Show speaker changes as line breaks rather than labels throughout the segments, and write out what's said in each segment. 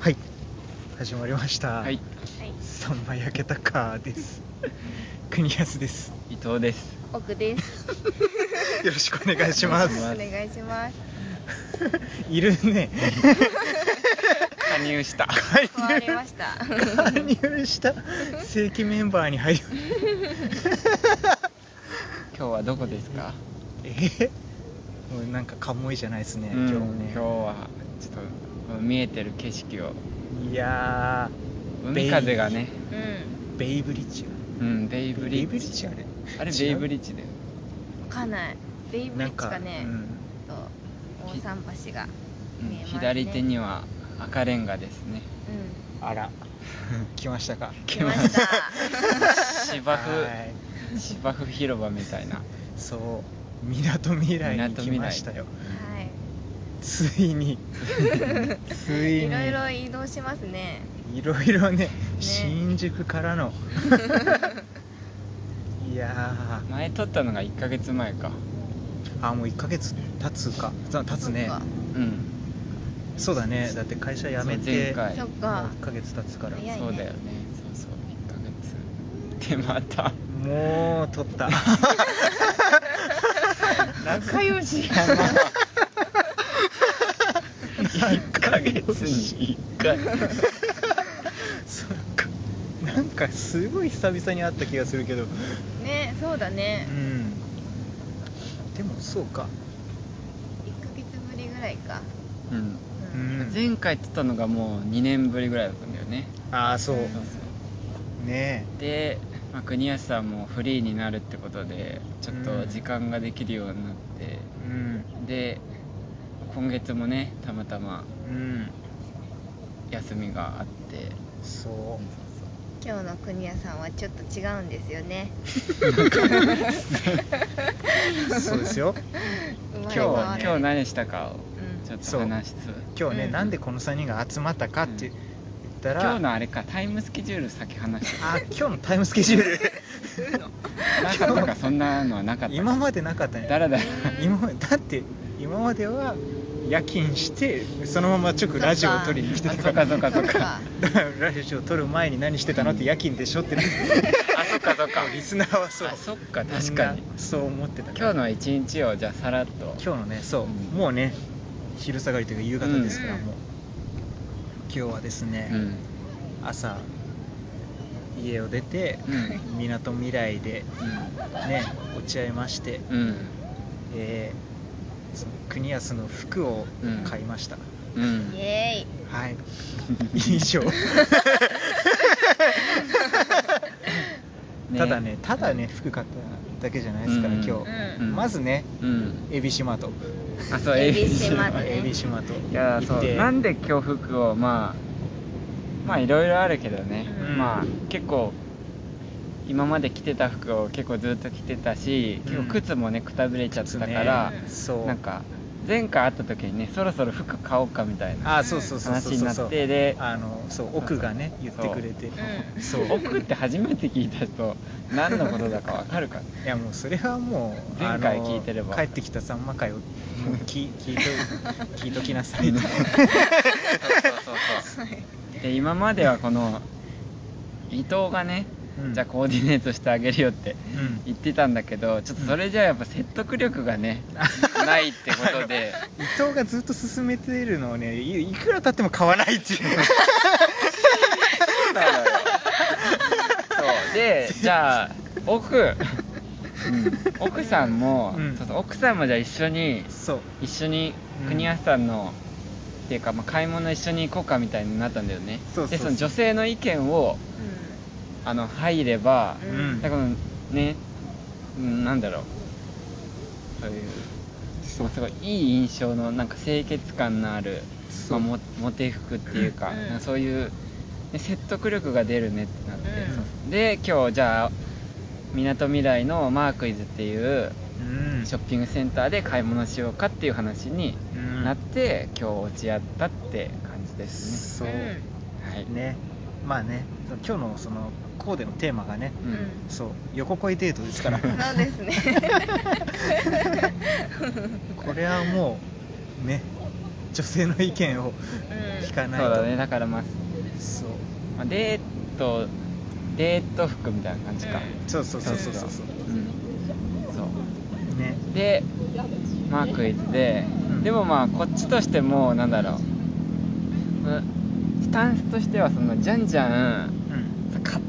はい始まりました
はい、
はい、
三枚焼けたかです 国安です
伊藤です。
奥です。
よろしくお願いしま
お願いし
す
ま
お願いします。
いる ね
加入した。
はい
変わりました。
加入した正規メンバーに入る
今日はどこですか？
えーもうなんかカモイじゃないですね、
うん
今
今日
日
はちょっとこの見えてる景色を
ねいや
海風がね、
うん、
ーベイブリッジ
うんベイブリッジ。
ベイブリッジあれ
あれ
違う
ベイブリッジだよ。
わかんない。ベイブ
な
リッ
ん
ジ
か
かね
う。
と大桟橋が
うん
見えますね。
左手には赤レンガですね。
うん
あら来ましたか
来ました。
芝
はい
生芝生広場みたいな。
そうみなとみらいに来ましたよ
は
ついにつ
い。
いに
いろいろ移動しますね。
いろいろね新宿からのいや
前撮ったのが1ヶ月前か。
ーあもう1ヶ月経つかざ経つね
そっか
うん。
そうだねだって会社辞め
そう前
て
回
そっ
もう
か。
1ヶ月経つから
早いね
そうだよね。そうそう1ヶ月。でまた
もう取った
仲良しやな。1ヶ月に1回。
そっかなんかすごい久々に会った気がするけど
ね、そうだね
う。んでもそうか
一ヶ月ぶりぐらいか。
うん
う
うん
ん
前回撮ったのがもう2年ぶりぐらいだったんだよね
ああそうね
で、まあ、国安さんもフリーになるってことでちょっと時間ができるようになって
え、うん
で今月もねたまたま
うん
休みがあって
そ
今日の国屋さんはちょっと違うんですよね。
うそうですよ
生
今日
まれ変
は
わ
ね
る
今日何したかを
うん
ちょっ
そ
と
う
話しつつ
今日ね、
うん
なんでこの3人が集まったかって言ったら、
今日のあれかタイムスケジュール先話して
あ今日のタイムスケジュー
なかったかそんなのはなかっ
ル
た
今までなかったね
だらだら
今までだって今までは夜勤してそのまま直ラジオを撮りに来てた
そっかそっかそっ
そっ
か
か
だからラジオを撮る前に何してたのって夜勤でしょってね
あそっかそっか
リスナーはそう
あそっか確かに
みんなそう思ってた
今日
の
の一日をじゃあさらっと
今日のねそう、
うん
もうね昼下がりというか夕方ですから、
うん
もう今日はですね、
うん
朝家を出て
う
みなとみらいでね落ち合いまして、
うんうん
えーその国安の服を買いました、
うん
イエーイ。
はい 以上ただねただね服買っただけじゃないですから、
う
今
ん
日、
うん
まずね
うん
エビシマと
あそう
エ
a
ビ
b
シマ
c
だ ね
エビシマと
いやー
行
そ
っ
う
て
なんで今日服をまあまあいろいろあるけどね、
うん
まあ結構今まで着てた服を結構ずっと着てたし
うん
結構靴もねくたびれちゃったから、
ねそう
なんか前回会った時にねそろそろ服買おうかみたいな
あそうそうそうそう
話に
そ
な
う
っ
そう
てで
あのそう奥がね言ってくれて
うん
そう
奥って初めて聞いた人何のことだかわかるか
いやもうそれはもう
前回
あの
聞いてれば
帰ってきたさんま 会をもう聞聞いと聞いときなさいって
で今まではこの伊藤がね、
うん
じゃあコーディネートしてあげるよって
うん
言ってたんだけどちょっとそれじゃあやっぱ説得力が ね、ないってことで
伊藤がずっと勧めてるのをねいいくら経っても買わないっていう
そうでじゃあ奥、奥さんも、
うん
そうそう奥さんもじゃあ一緒に
そう
一緒に
うん
国安さんの、っていうか、まあ、買い物一緒に行こうかみたいになったんだよね
そうそうそう
でその女性の意見をあの入れば、
うん
うん
だからね、うん、なんだろうそういうすごいすごいいい印象のなんか清潔感のある、まあ、モモテ服っていうか,、
うん
なんかそういう、ね、説得力が出るねってなって、
うん
そうで今日じゃあみなとみらいのマークイズっていう
うん
ショッピングセンターで買い物しようかっていう話に
うん
なって、今日落ち合ったって感じです
そう
ね。はい、
ねまあね今日のそのコーデのテーマがね
うん
うん
そう横恋デートです から
そうです ね。
これはもうね女性の意見を
ん
聞かない
そ
と、
うだねだからまあ、
そう
まあ、デートデート服みたいな感じか、
そうそうそうそうそうそ
うんそう
うね
でまあクイズで、
うん
でもまあこっちとしてもなんだろううんスタンスとしてはそのじゃんじゃん
うん
買って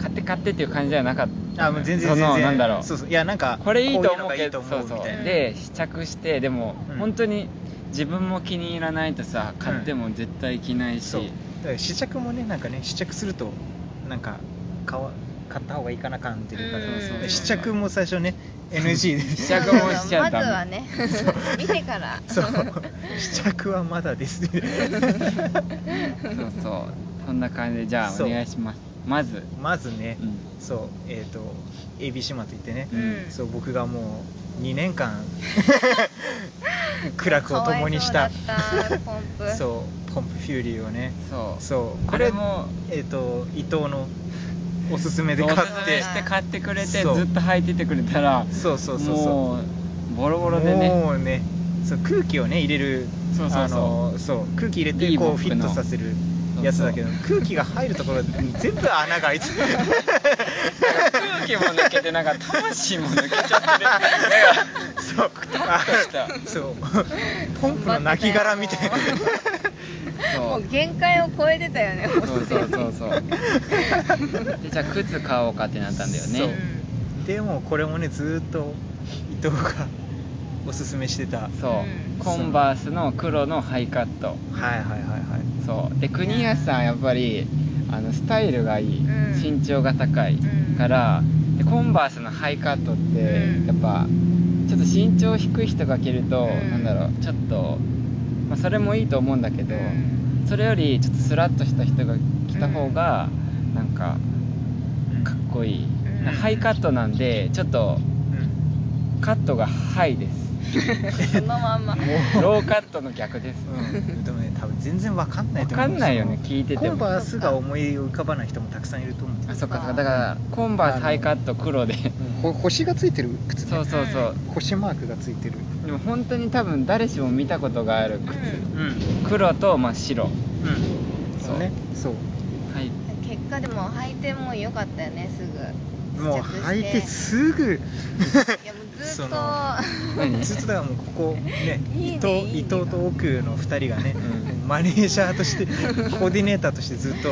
買って買ってっていう感じじゃなかった
あもう全然
そ
全
の
然
なんだろう
そうそういやなんか
これいいと
こ
思う
ういうのがい
け
いと
ど
思うみたいな
そうそうで試着してでも、
うん
本当に自分も気に入らないとさ買っても絶対着ないし、
そうだから試着もねなんかね試着するとなんか買わ買った方がいいかな感っていうか、
うん
そうそう
うん
試着も最初ね NG で
試着もしちゃ
ま
うダ
ず
メ
はね 見てから
そう試着はまだですね
そうそうそんな感じでじゃあ
そ
お
う
願いしますまず
まずね、
うん
そうえっ、と ABC マート行ってね、
うん
そう僕がもう2年 間苦楽を共にした
かわいそうだったポンプ
そうポンプフューリーをね
そう
そう
これも
えっ、と伊藤のおすすめで
お
買
す
って
すめして買ってくれてずっ
そう
と履いててくれたら
そうそうそうそう
もうボロボロでね
もうねそう空気をね入れる
そうそうそう
あのそう空気入れて
リーボッ
こ
ク
うフ
の
ィットさせるやつだけど
そ
空気が入るところに全部穴が開いて る
空気も抜けてなんか魂も抜けちゃってるなんか
そう
っとした
そうポンプの泣き殻みたいな
頑張っても
そう
う限界を超えてたよねも
そうそうそうそうでじゃあ靴買おうかってなったんだよね
そうでもこれもねずーっと伊藤がおすすめしてたはい
そう
うん
コンバースの黒のハイカット
はいはいはい
そうで国安さんやっぱりあのスタイルがいい、
うん
身長が高い
うん
からでコンバースのハイカットって
うん
やっぱちょっと身長低い人が着ると、
うん
なんだろうちょっと、まあ、それもいいと思うんだけど、
うん
それよりちょっとスラッとした人が着た方がなんか
うん
かっこいい、
うん
なハイカットなんでちょっと
うん
カットがハイです
そのまんま
ローカットの逆です、
うんでもね多分全然わかんないと思う
わかんないよね聞いてても
コンバースが思い浮かばない人もたくさんいると思う
あそっかそっかだからコンバースハイカット黒で
ほ星がついてる靴ね
そうそうそう
星マークがついてる
でも本当に多分誰しも見たことがある
うん
うんうん
靴黒と真っ白
そうねそう
はい
結果でも履いても良かったよねすぐ
もう
試着して
履いてすぐ
いやもうずっ
そ
と
の
何
ずっとだからもうここね
いいね
伊藤
いいね
伊藤と奥の2人がね、
うん
マネージャーとしてコーディネーターとしてずっ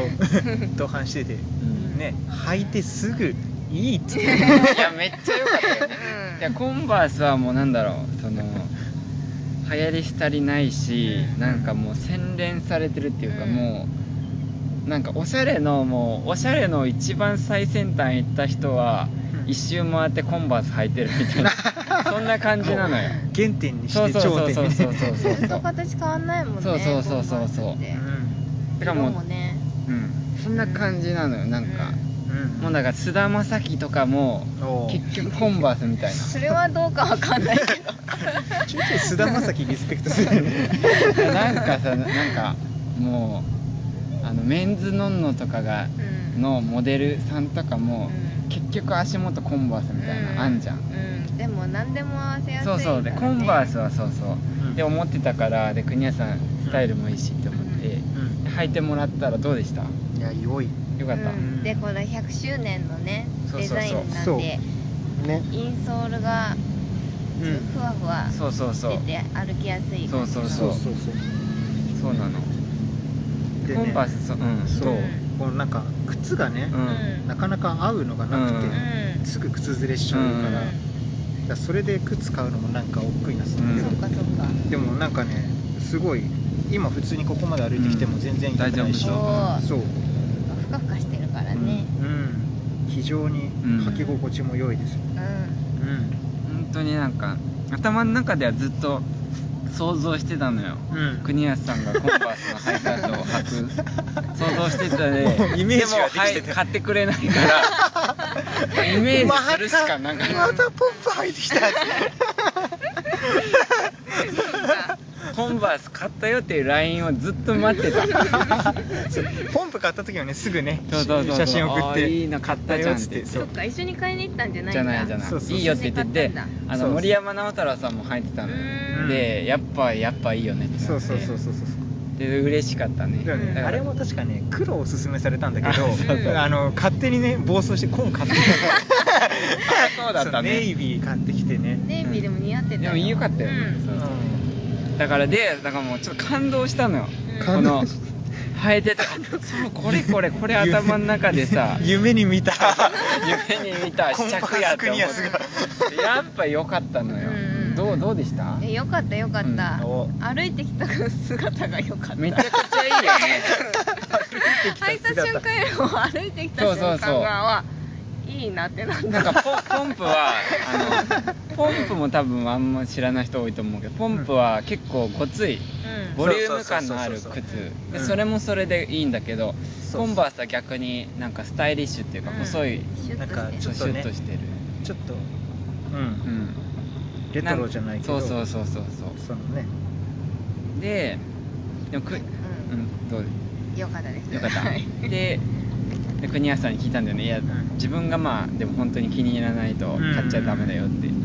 と同伴してて
ん
ね履いてすぐいいって
いやめっちゃ良かったよね
うん
いやコンバースはもうなんだろうその流行り廃りないし
うん
なんかもう洗練されてるっていうか
うん
もうなんかおしゃれのもうおしゃれの一番最先端行った人は
うん
一周回ってコンバース履いてるみたいなそんな感じなのよ
原点にし
そう
て
そう
頂
そ
点
うそう
に
そうそう
ず
そ
っと
う
形変わんないもんね
そうそうそうそうそう
ボンバーって
だからも
色もね
う、うん、そんな感じなのよなんか、
うんうん
もうだから菅田将暉とかも
おう
結局コンバースみたいな
それはどうかわかん ないけど
ちょいちょい菅田将暉リスペクトするよね
い やなんかさなんかもうあのメンズノンノとかが、
うん
のモデルさんとかも、
うん
結局足元コンバースみたいな、あんじゃん、
うんでも何でも合わせやすい
そ
から、
う
ね、
そうでコンバースはそうそう、
うん
で思ってたからで国谷さんスタイルもいいしって思って、
うん
履いてもらったらどうでした
いや良い
よかった、
うんでこの100周年のね
そう
デ
そうそう
ザインなん
そう
で
ね
インソールが
うん
ふわふわ
そうそうそう
出て歩きやすい感じ
そう
の
そ
そ
う
う
そうなの
で
コ
ね
ンバースそうん
そう、
うん
このなんか靴がね
う、ん
なかなか合うのがなくて、
うん
すぐ靴ずれしちゃうから,、
うん
だからそれで靴買うのもなんか億劫になってたんだ
そっ
け
かそっか
ど、でもなんかねすごい今普通にここまで歩いてきても全然痛くないし、
うん大丈
そ
夫
う、
ふかふかしてるからね
うん、非常に履き心地も良いです、
うん、
う
本当になんか頭の中ではずっと想像してたのよ、
うん
国安さんがコンバースのハイカットを 履く想像してたで、
もうイメージができてた
でもはい買ってくれないからイメージするしかなかっ
またポンプ履いてきた
たコンバース買ったよっていう LINE をずっと待ってた
そうポンプ買った時はねすぐね
そうそうそうそう
写真送
あ
っ
ー
て
いいの買ったじゃんって
買た
そ
よ
そ
っ
っ
つって
か一緒に買いに行ったんじゃないん
じ
だ
ゃないじゃ
そう
な
そう
いいいよって言ってて
そうそう
あ
そ
の
う
森山直太朗さんも履いてたのよ
う
で、
うん
やっぱやっぱいいよねってなって
そうそうそうそうそう
で嬉しかったね
だからね
だから
あれも確かね黒をおすすめされたんだけど
あそう
そう
あの勝手にね暴走して紺買ってきて
そうだったね
そうネイビー買ってきてね
ネイビーでも似合ってた
でも良かったよね
う
そ
ん
うだからでだからもうちょっと感動したのよ、
うん
こ
感動
の生えてた そうこれこれこれ頭の中でさ
夢に見た
夢に見た試着やっ
コンパクスク
て思っ
ニアス
てやっぱ良かったのよ、
うんうん
どうどうでした
えよかったよかった、
うんお
歩いてきた姿がよかった
めちゃくちゃいいよね
履いた瞬間よりも歩いてきた
そう
瞬
そうそう
間がいいなってなった
なんかポポンプはあのポンプも多分あんま知らない人多いと思うけどポンプは結構ごつい
うん
ボリューム感のある
そ
靴
うそうそうそうそうう
で
ん
それもそれでいいんだけど
そうそう
コンバースは逆になんかスタイリッシュっていうか
うん
細い
シュッとし
な
て
んか
シ
ちょ
ュ
っとね
ッとしてる
ちょっとう
うんん
レトロじゃないけど
んそうそうそうそうそ
そのね
うででもくうんどう
よかったです
よかっ
はい
たでで国安さんに聞いたんだよねいや
ん
自分がまあでも本当に気に入らないと
うん
買っちゃダメだよって
うんう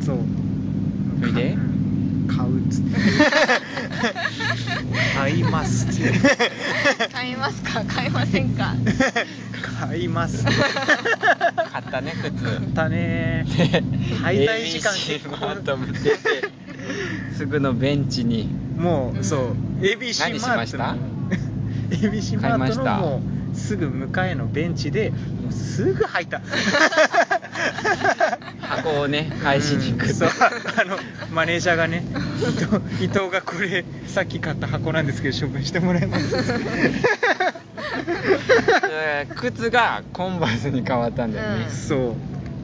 んそう
それで
うん買うっつって 買いますっつって
買いますか買いませんか
買いますって
買ったね靴
買 ったね滞在時間
ABC マートも出てすぐのベンチに
も
う
うんそう ABC
何し
マ
まし
ート
た
の ABC
買い
マ
ま
ー
し
ト
た
のもうすぐ向かいのベンチでもうすぐ入った
箱をね返しに行
う
く
んそうあのマネージャーがね伊藤伊藤がこれさっき買った箱なんですけど処分してもらえます
えー靴がコンバースに変わったんだよね、
うん
そう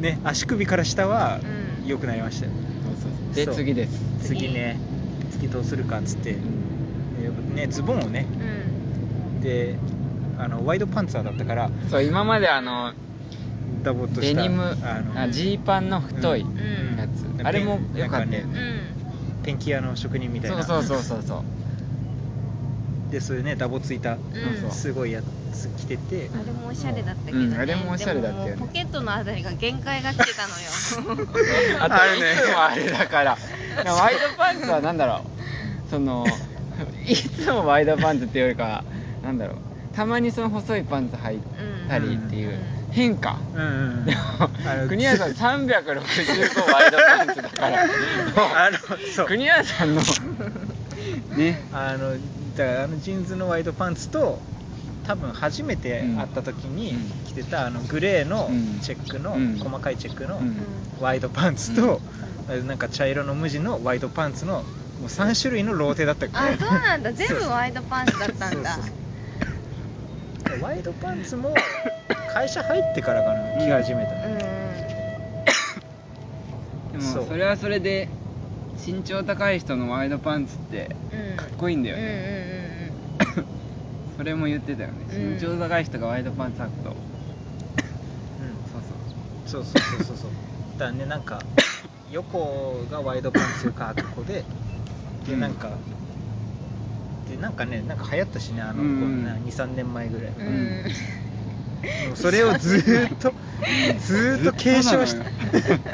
ね足首から下は
うん
良くなりましたよ、
そうそうで
そう
次です、
次
次ね次どうするかっつって、えーねズボンをね
うん
であのワイドパンツァーだったから
そう今まであの
ダボっとした
デニム
あの
あジーパンの太いや
うん
つ、
うん
あれも良かったよ
う
ね
ん
ペンキ屋の職人みたい
そう
な
そうそうそうそう
でそういうねダボついた、
うん
すごいやつ着てて
あれもおしゃれだったけど、
う
ね
んあれもおしゃれだったよね
でももうポケットのあたりが限界が来てたの よ
あと
あ
い
るね
つもあれだからワイドパンツはなんだろうそのいつもワイドパンツっていうよりかはなんだろうたまにその細いパンツ履いたりっていう
う
変化、
うんうん うん
で
あ
も
の
国谷さん365ワイドパンツだから
あのそう
国谷さんのね
あのだからあのジーンズのワイドパンツと多分初めて会った時に
うん
着てたあのグレーの
うん
チェックの、
うん
細かいチェックの
うん
ワイドパンツと、なんか茶色の無地のワイドパンツのもう3種類のローテだったから
あそうなんだ全部ワイドパンツだったんだ
そうそうワイドパンツも会社入ってからかな着始めたの、
で
そ
も
う
それはそれで身長高い人のワイドパンツって
うんうん
かっこいいんだよ
うんうん
ね、 それも言ってたよね、
うん
身長高い人がワイドパンツ履くとそう
うん、そうそうそうそうそう だからねなんか横がワイドパンツかあ子でで
うん
なんか、でなんかねなんか流行ったしねあの
うんうん
23年前ぐらい、
う
も
んうんうん
う それをずーっと ずーっと継承し
ず
て
っと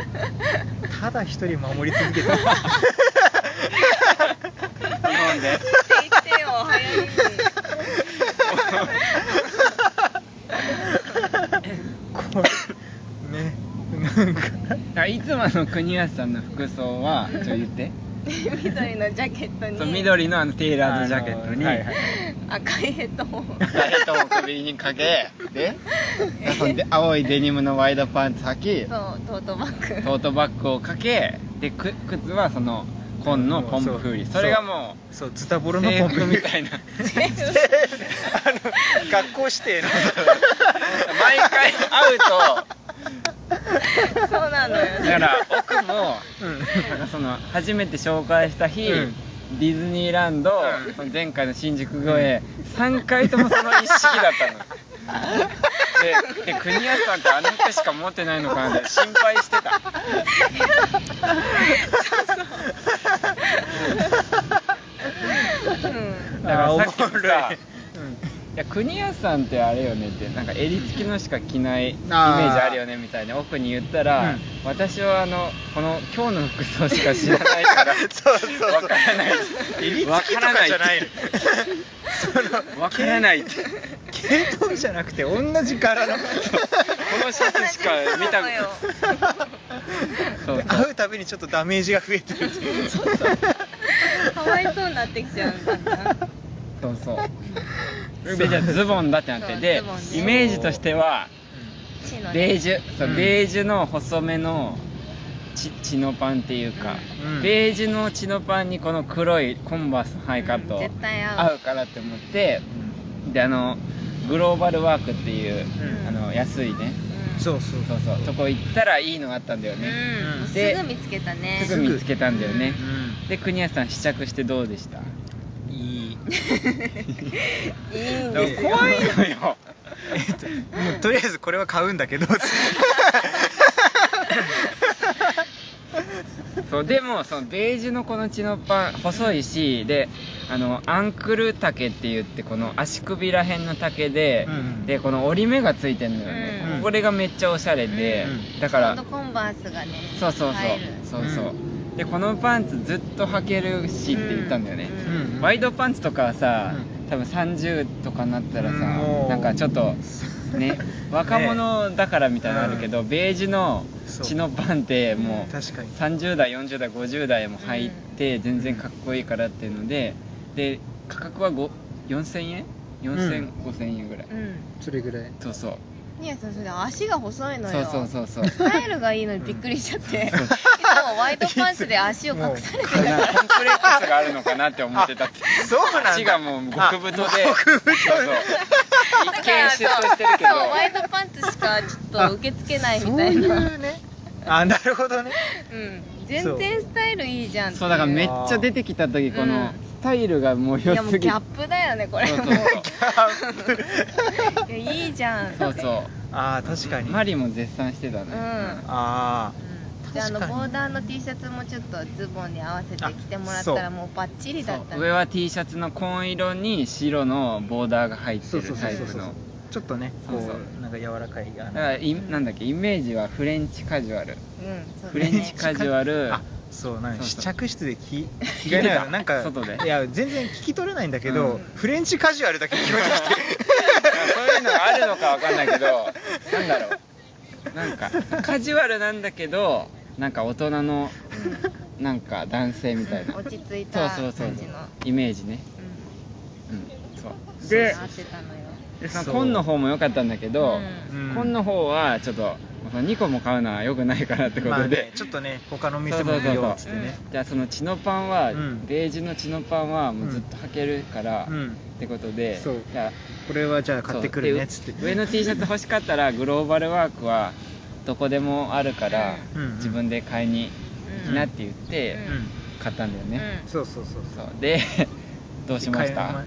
ただ一人守り続けて
そう日本で
言って言ってよ早い
これねなんか
あいつもの国安さんの服装はちょっと言って
緑のジャケット
そう
に
緑のあのテーラードジャケットに、
あのはいはい
赤いヘッドホン
ダイエットを首にかけ でそんで青いデニムのワイドパンツ履きト
そうトートバッグ
ートバッグをかけでく靴はその紺のポンプフーリー
そう
それがも
そうズタボ
う
ロの
制
ポンプ
服みたいな
あの学校指定の
毎回会うと
そうなのよ
だから奥も
うん
なんかその初めて紹介した日、
うん
ディズニーラン
う
ド、
ん
その前回の新宿御苑、3回ともその一式だっ たのでで国安さんってあの服しか持ってないのかなって心配してた
うん
だからさっ
あ
き
おもろいう
さ
ん
いや国安さんってあれよねってなんか襟付きのしか着ないイメージ
あー
あるよねみたいな奥に言ったら、
うん
私はあのこの今日の服装しか知らないから
そうそうそう
わからない
襟付きとかじゃないの
わからないって
系統じゃなくて同じ柄の
このシャツしか見た
そうなのよ
そう
で会うたびにちょっとダメージが増えてるっていう
かわいそうになってきちゃうんだな
そうそうそうそれじゃズボンだってなってで
そうズボンね
イメージとしては
チノ
ベ
ね
ージュそう、
うん
ベージュの細めのチチノパンっていうか、
うん
ベージュのチノパンにこの黒いコンバースのハイカッ
う
ト
ん絶対合う
合うからって思ってであのグローバルワークっていう、
うん
あの安いね
うん
そうそう
そうそうとこ行ったらいいのがあったんだよ
うん、
ね、
もう
です
ぐ見つけたね
すぐ見つけたんだよね
う、ん
で国安さん試着してどうでした
いいで
いいんですす
よ
よ
怖いのよ
も うとりあえずこれは買うんだけど
そうでもそのベージュのこのチノパン細いしであのアンクル丈って言ってこの足首らへんの丈で、
うんうん
でこの折り目がついてんのよね、
うん
これがめっちゃおしゃれで、
う
だから
ちょうどコンバースがね
そうそう
入る
そうそうそう、でこのパンツずっと履けるしって言ったんだよね、
うん
うん
ワイドパンツとかはさ、
う
多分30とかになったらさ、
うんもう
なんかちょっと ね若者だからみたいなのあるけど、ベージュの
そう
血のパンってもう
確かに
30代40代50代も入って全然かっこいいからっていうのでで価格はご4000円
う
4000、
ん
5000円ぐらい、
うん
それぐらい
そうそう
いやそうそれ足が細いの
そう
よ
そうそうそう
スタイルがいいのにびっくりしちゃって、昨日ワイドパンツで足を隠されて
そんなコンプレックスがあるのかなって思ってたって
そう なんだ
足がもう極太で
あ極太
そうそう一見シュッとしてるけど
そうワイドパンツしかちょっと受け付けないみたいな
そういうね あなるほどね
うん全然スタイルいいじゃんってい
そうだからめっちゃ出てきた時こ
うん
のスタイルがもう良
いやもう
すぎ
ギ
て
ャップだよねこれ
そう
もう
そう
いやいいじゃんって
そうそ
ああ確か
う
に
マリも絶賛してた
うん
ね
あ
であの
確かに
ボーダーの T シャツもちょっとズボンに合わせて着てもらった
あ
ら
そう
もうバッチリだった
そう
ね
上は T シャツの紺色に白のボーダーが入っ
あそ
て
うそ
る
うそ
タ
う
イ
そう
プの
ちょっとねこ
そう
うなんか柔らかいあ
だ
の
からいなんだっけイメージはフレンチカジュアル
うんそう
フ
だ
レン
ね
チカジュアル
あそうなんか
そう
試
そう
着室で聞
聞い
聞き
てた
ながらなんか
外で
いや全然聞き取れないんだけど、
うん
フレンチカジュアルだけ聞こえてきて
そう いうのがあるのかわかんないけど、なんだろう。な んか、カジュアルなんだけど、なんか大人の、なんか男性みたいな。
落ち着いた感じ
そう
の
そうそうそう。イメージね。
う
うん。そう。
ん
で
そう合、ってたのよ
まあ、
そう
紺の方も良かったんだけど、
うん
うん
紺の方はちょっと、2個も買うのは良くないかなってこ
まあ
と
ね
で。
ちょっとね他の店もいるよっつってね
じゃあそのチノパンは、
うん
ベージュのチノパンはもうずっと履けるから、
うん
ってことで、
そう
じゃあ
これはじゃあ買ってくるねっつって
そうで上の T シャツ欲しかったらグローバルワークはどこでもあるから、
うん
自分で買いに
う
来
ん
なって言って
う
うん
買ったんだよね、
うん
そうそうそうそう
そうでどうしま
買い
した
ま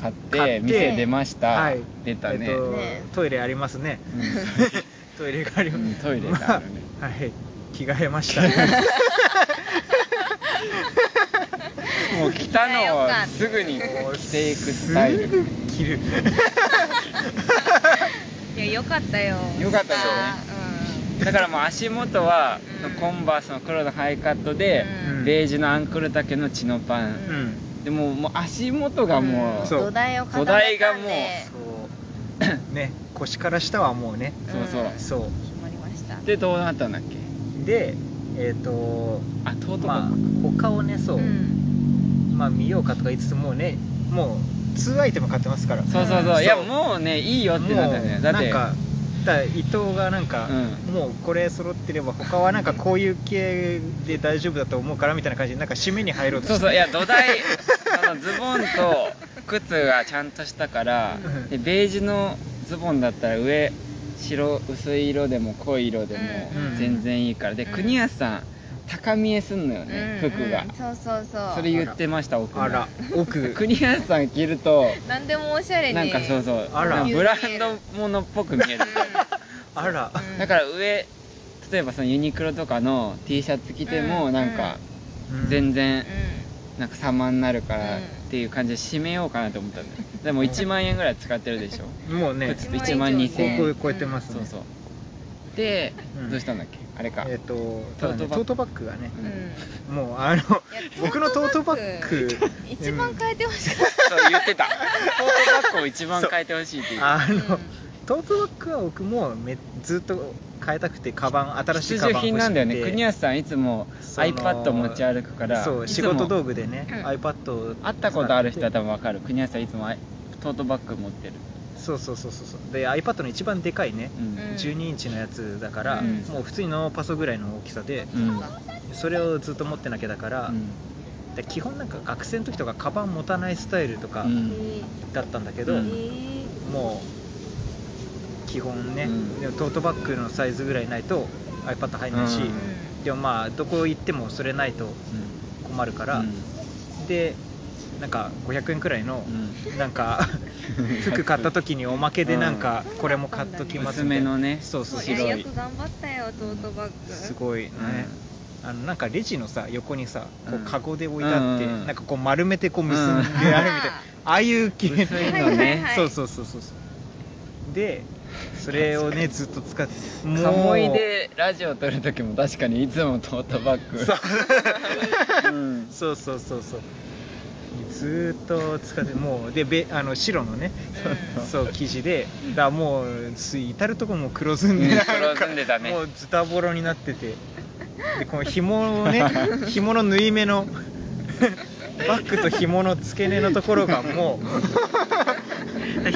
買って
買って
店出ました、
はい
出たね、
えっと
ね
トイレありますね
うん
トイレがあります、
うんトイレがあるね
まあ はい着替えま した
もう着たのをすぐに着ていくスタイ
す
ル
ぐ着 る
いや良かったよ
良かったよねだからもう足元は、
うん
コンバースの黒のハイカットで、
うん
ベージュのアンクル丈のチノパン、
うん
でももう足元がもう、
ん
ん
そう
土台を固め
土台が
た
も
ん
う
で
そうね腰から下はもうね
そうそう
うん
そう
決まりました
でどうなったんだっけ
でえっ、と
あトートバッグ、
まあ他をねそう、
うん
まあ見ようかとか言いつつもうねもう2アイテム買ってますから
そうそうそう、
そう
いやもうねいいよってなったねだっ
なん
て
かだ伊藤がなんか、
う
もうこれ揃ってれば他はなんかこういう系で大丈夫だと思うからみたいな感じでなんか締めに入ろうと
そう
して
そういや土 台あのズボンと靴がちゃんとしたから、
うん
でベージュのズボンだったら上白薄い色でも濃い色でも
うん
全然いいから、で
うん
国安さん高見えすんのよね、
うん
服が
うん、そうそうそう
それ言ってました奥に
あら奥
国安さん着ると
何でもおしゃれに
なんかそうそう
あら
なんかブランドものっぽく見える
あら、
うん
だから上例えばそのユニクロとかの T シャツ着ても
うん
なんか
うん
全然
う
なんか様になるからっ
うん
てっていう感じで締めようかなと思ったんだよでも1万円ぐらい使ってるでしょ
もうね
ちょっと1万2000円
ここ超えてますね
そうそうで、
うん
どうしたんだっけあれか、
えっとそうだねトー
トー
ト
ト
バッグがね
うん
もうあの僕のトートバッグ
一番
え
変えてほしかっ
そう言ってたトートバッグを一番変えてほしいっていう
あの、
うん
トートバッグは僕もめずっと変えたくてカバン新し
必
いカバン
需
欲しくて
品なんだよね国安さんいつも
その
iPad 持ち歩くから
そう
いつも
仕事道具でね、
うん
iPad を
会ったことある人は多分分かる国安さんいつもあいトートバッグ持ってる、
そうそうそうそうそうで iPad の一番でかいね、
うん
うん
12インチのやつだから、
うん
もう普通にノーパソぐらいの大きさで、
うん
そうか
それをずっと持ってなきゃだから、
うん
で基本なんか学生の時とかカバン持たないスタイルとか
うん
だったんだけど、
うん
もう基本ね、
うん
でもトートバッグのサイズぐらいないと iPad 入んないし、
うん
でもまあどこ行ってもそれないと困るから、
うん
でなんか500円くらいの、
う
なん か服買った時におまけでなんかこれも買っときます
娘のね
そうそう
そう
そう
い
白
や
い
よく頑張ったよトートバッグ
すごいね、あのなんかレジのさ横にさこう
うん
カゴで置いてあって、
うんうんうん
なんかこう丸めてこう結んであるみたいな、
うん
ああいう系の
薄いのね
はい
そうそうそうそうそうでそれをねずっと使っても
カモイでラジオ撮る時も確かにいつもトートバッグ
そう
うん
そうそうそうそうずーっと使ってもうでべあの白のね、
うん
そう生地でだからもうす至るとこもう黒ずんで、
うん
なんか
黒ずんでたね
もうズタボロになっててでこの紐をね 紐の縫い目のバッグと紐の付け根のところがも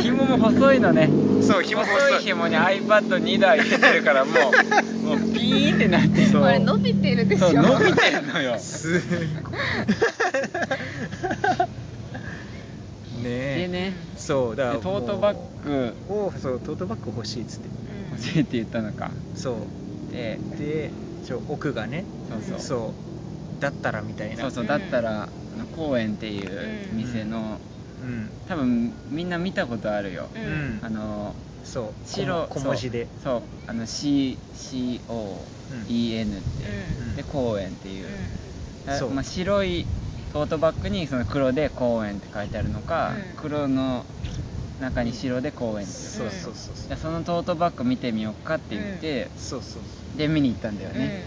紐も細いのね
うそう紐細い
細い紐に iPad2 台入れてるからもうもうピーンってなって
そう
たあれ伸びてるでしょ
そう伸びてんのよ
すごいねえ
でね
そうだから
でトートバッグ
グをそうトートバッグ欲しいっつって
欲しいって言ったのか
そう
で
でちょ奥がね
そうそう
そうだったらみたいな
そうそうだったらあの公園っていう店の
うん
多分みんな見たことあるよ
う
うんん
あの
そう
白
小小文字で
そうそうあの CCOEN って
うん
で公園っていう
うん
あ
そう
まあ白いトートバッグにその黒で公園って書いてあるのか
うん
黒の中に白で公園っていう
そうそうそうそう
でそのトートバッグ見てみようかって言って
そうそう
で見に行ったんだよね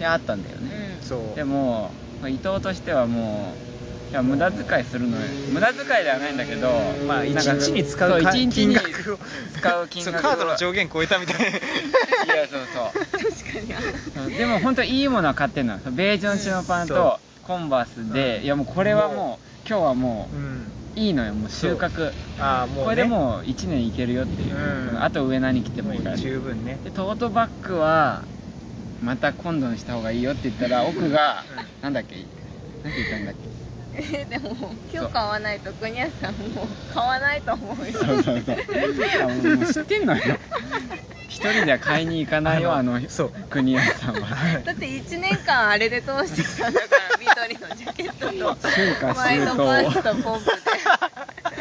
であったんだよね
そう
でも伊藤としてはもういや無駄遣いするのよ無駄遣いではないんだけど
まあ一
なんか
日に使う
そ
か
一日
金
に
額を
使う金額
そ
を
カードの上限超えたみたいな
いやそうそ
確かに
うでも本当いいものは買ってんのよベージュの白パン
そ
とコンバースで、
うん
いやもうこれはも う今日はも
うん
ういいのよもう収穫
ああもうね
これでもう1年いけるよっていう、
うん
あと上何着てもいい
も
から
う十分 ね
でトートバッグはまた今度にした方がいいよって言ったら奥が、
う
なんだっけ何て言ったんだっけ
えでも今日買わないと国安さんもう買わないと思うよ
そうそうそう。あもうもう知ってんのよ。一人では買いに行かないよ、
あ
あ
の
の、
そう
国屋さんは。
だって1年間あれで通してきたんだから緑のジャケットと
春夏秋冬
ワイドパンツとポンプで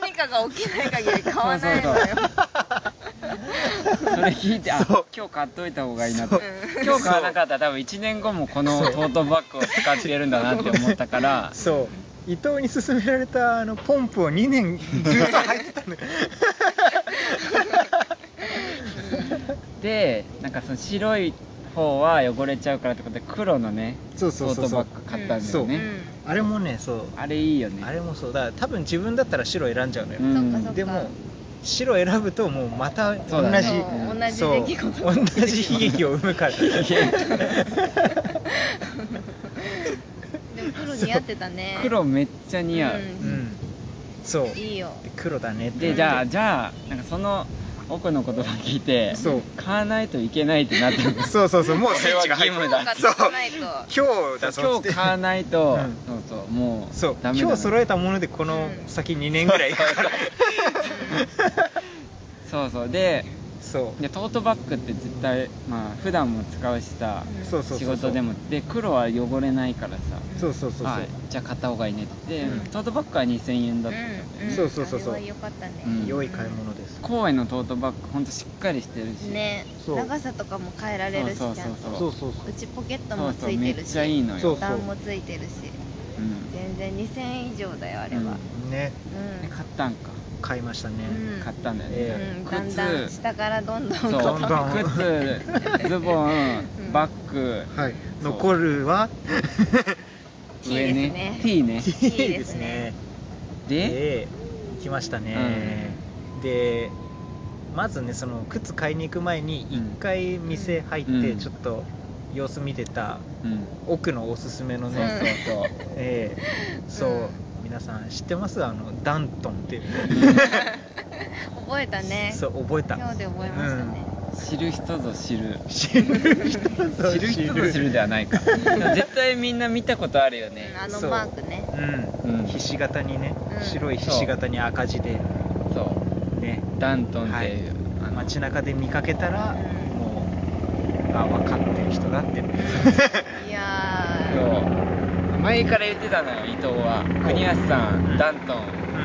何かが起きない限り買わないのよ
そうそうそれ聞いて、あ、今日買っといた方がいいな
そ
と
う。
今日買わなかったら多分1年後もこのトートバッグを使ってるんだなって思ったから、
そう伊藤に勧められたあのポンプを2年ずっと入ってたんだ
で、なんかその白い方は汚れちゃうからってことで黒のね、
そうそうそうそう
トートバッグ買ったんだ
そ
よ
う
ね。
あれもねそう
あれいいよね。
あれもそうだから多分自分だったら白選んじゃうのよ、
う
うんんそっかそっか
でも白選ぶともうまた同
そうだね
じ
そう同じ出来事が
そう同じ悲劇を生むから
でも黒似合ってたね
黒めっちゃ似合う。
うん
うんそう
いいよ
で黒だねって
でじゃあじゃあなんかその奥の言葉聞いて
そう
買わないといけないってなったん です
そうそうそうもうスイッチが入
それは義
ってる
務
買
そう
だ
っとかないと
今日だぞ
今
っつ
日
って
買わないと、
うん
そうそうもう
そう
ダメだ、ね、
今日揃え
た
たものでこの先2年ぐらいいくから
そうそうで
そ
でトートバッグって絶対まあ普段も使うしさ
うそうそうそう
仕事でもで黒は汚れないからさ
そうそうそうそう
あじゃあ買った方がいいねって、
うん
トートバッグは2000円だったんだよね、
んそうそうそうそう
あれは良かったね、
うん
良い買い物です
公園のトートバッグほんとしっかりしてるし
ね
そう
長さとかも変えられるしちゃ
そ
ん
う
と
そうそう
そうそう
内ポケット
そ
も
う
つ
そう
い
め
て
っ
るし
ちゃいいのよ
そう
ボタンもついてるし
うん
全然2000円以上だよあれは、うん
そうね
で買ったんか、
買いましたね、
うん
買ったんだよね、
え
うん
靴
だんだん下からどんどん
そう
どんどん
靴ズボン
ん
バッグ
はい
そう
残るは
上ね
T
T ね
いいですね
で、
で行きましたね、でまずねその靴買いに行く前に
うん
1回店入って
うん
ちょっと様子見てた
うん、
奥のおすすめの
そう
ね、
そうそう
ええそう、皆さん知ってますあのダントンっていう、
覚えたね
そう覚えた
今日で覚えましたね、
知る人ぞ知る
知る人ぞ
知る人ぞ知るではな いかでも絶対みんな見たこと あるよね
うんあの
そう
マークね
うん、
うん
ひし形にね、
うん
白いひし形に赤字で
そう
ね
ダントンっ
は
て
い
いう、あの
街中で見かけたら、
うん
もうあ分かってる人だ って
いや
そう前から言ってたのよ伊藤は国安さ
うん
んダントン
う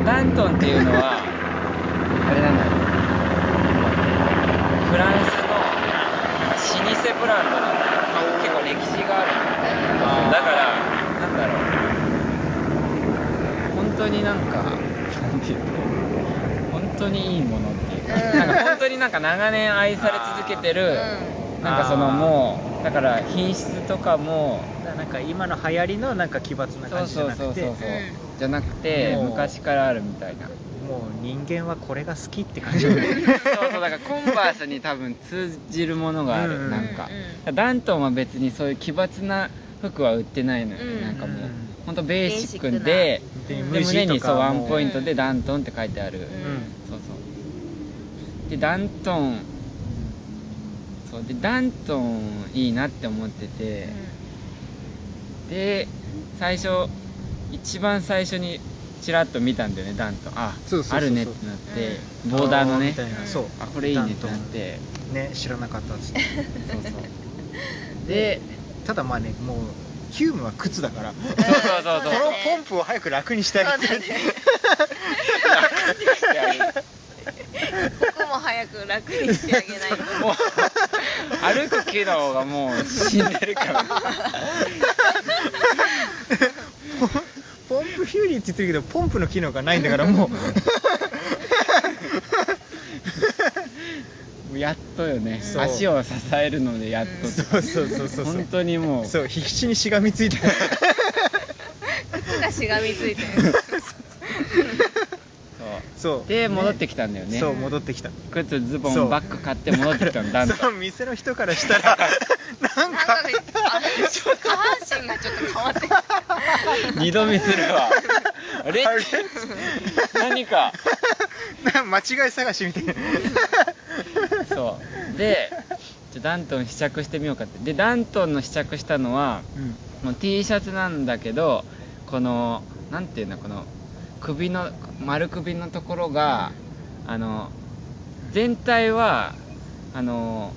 ん
だダントンっていうのはあれなのよフランスの老舗ブランドなのよ結構歴史があるのよ
あー
だからなんだろう本当になんかなんていうの本当にいいものっていうか,、
うん
なんか本当になんか長年愛され続けて
ー
る、
う
なんかその
あー
もうだから品質とかも
なんか今の流行りのなんか奇抜な
そ
感
う
じじゃ
そう
な
そ
く
うそう
て
そう
も
じゃなくて
もう
昔からあるみたいなそう
人間はこれが好きって感じ
うそうだからコンバースに多分通じるものがある、
うん
なんか
うんうん、
ダントンは別にそういう奇抜な服は売ってないのよ、ね
うん
なんかも
う
うんほんとベーシックで
で
で胸にそうワンポイン
ト
トでダントンって書いてある、
ん
そうそうでダントンそうでダントンいいなって思ってて、で最初一番最初にちらっと見たんだよねダントンあ
そうそうそうそう
あるねってなって、 ボーダーのね
みたいなそう
あこれいいねってなって
ね知らなかったです
そうそうで
ただまあねもうヒュームは靴だ からこ
そうそうそう
そ
そう
の
だね
ポンプを早く楽にしてあげて
ん、僕も早く楽にしてあげないと
もう歩く機能がもう死んでるから
ポンプヒューリーって言ってるけどポンプの機能がないんだからも う
もうやっとよね
そう
足を支えるのでやっとって
そうそうそうそう
本当にもう
そう必死にしがみつ いて
靴がしがみついて
そ
そううで戻ってきたんだよね
そう戻ってきた
靴ズボ
そう
ンバッグ買って戻ってきたのだんだん
そう店の人からしたら なん
なん
か
かあれ下半身がちょっと変わってきた
二度見する わあれ
あれ
何か
な間違い探しみたいな
そうでじゃあダントン試着してみようかってでダントンの試着したのは
うん
もう T シャツなんだけどこのなんていうんだこの首の丸首のところがあの全体はあの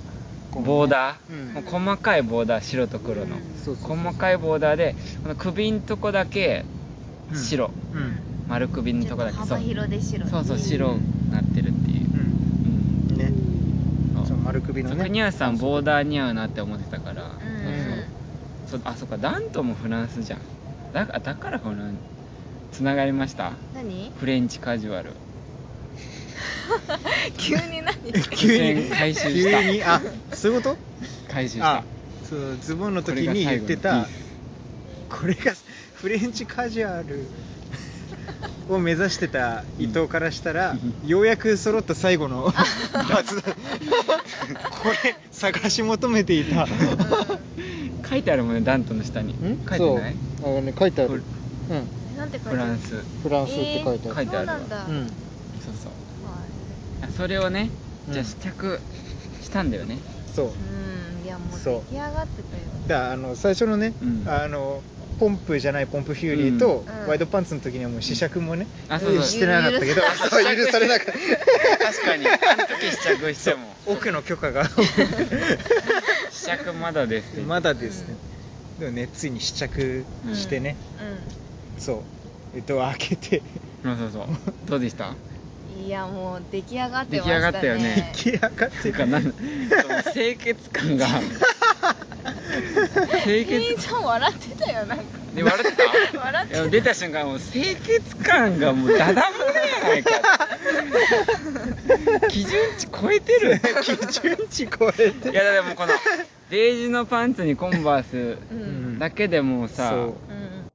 ボーダ
うん
ー、もう細かいボーダー白と黒の、
そうそうそう
細かいボーダーでこの首のとこだけ
うん
白、
うん
丸首
ち
の
ょ
と
っ
こだ
と
け
幅広で白い
そうそうそう白になってるっていう、うん
うんね
そう
その丸首の
そう
ね
国安さんボーダー似合うなって思ってたから、
うんうん
そうあそっかダントもフランスじゃんだかだからフランつながりました
何
フレンチカジュアル
急に何
急
突然
に
回収し
急
た
にあそういうこと
回収し
あ
た
そうズボンの時に言ってたこれがフレンチカジュア ルを目指してた伊藤からしたら、
う
ようやく揃った最後の はずだこれ探し求めていた
書いてあるもんねダントの下に書いてない
そうあね書いてあるう
フ
ん
なんて書いてあ
フ
る
ランス
フランスって書いてある、
書いてある
そうな
わ
んだ、
うん
そうそうあそれをねじゃ
うん
あ試着したんだよ ね、
そう
うんいやもう
そう
出来上がってたよ
だからあの最初のね、
うん
あのポンプじゃないポンプフューリー
う
と、
ん
ワイドパンツの時にはもう試着もね、
あそうそう
してなかったけど
許
あそう許されなかった
確かにあの時試着しても
奥の許可 が
試着まだです
まだですね、でもねついに試着してね、そうえっと開け て
そうそうそうどうでした
うんいやもう出来上がって
出
まし
来
たね
上がったよ ね
出来上がっ
って
て
いうかなんそ の清潔感が清
店員
潔
さん笑ってたよなんか
で笑ってた
笑って
いや出た瞬間もう清潔感がもうダダ漏れやないか基準値超えて る
基準値超えて
いやでもこのベージュのパンツにコンバース
う
うん
ん
だけでもうさ、
そう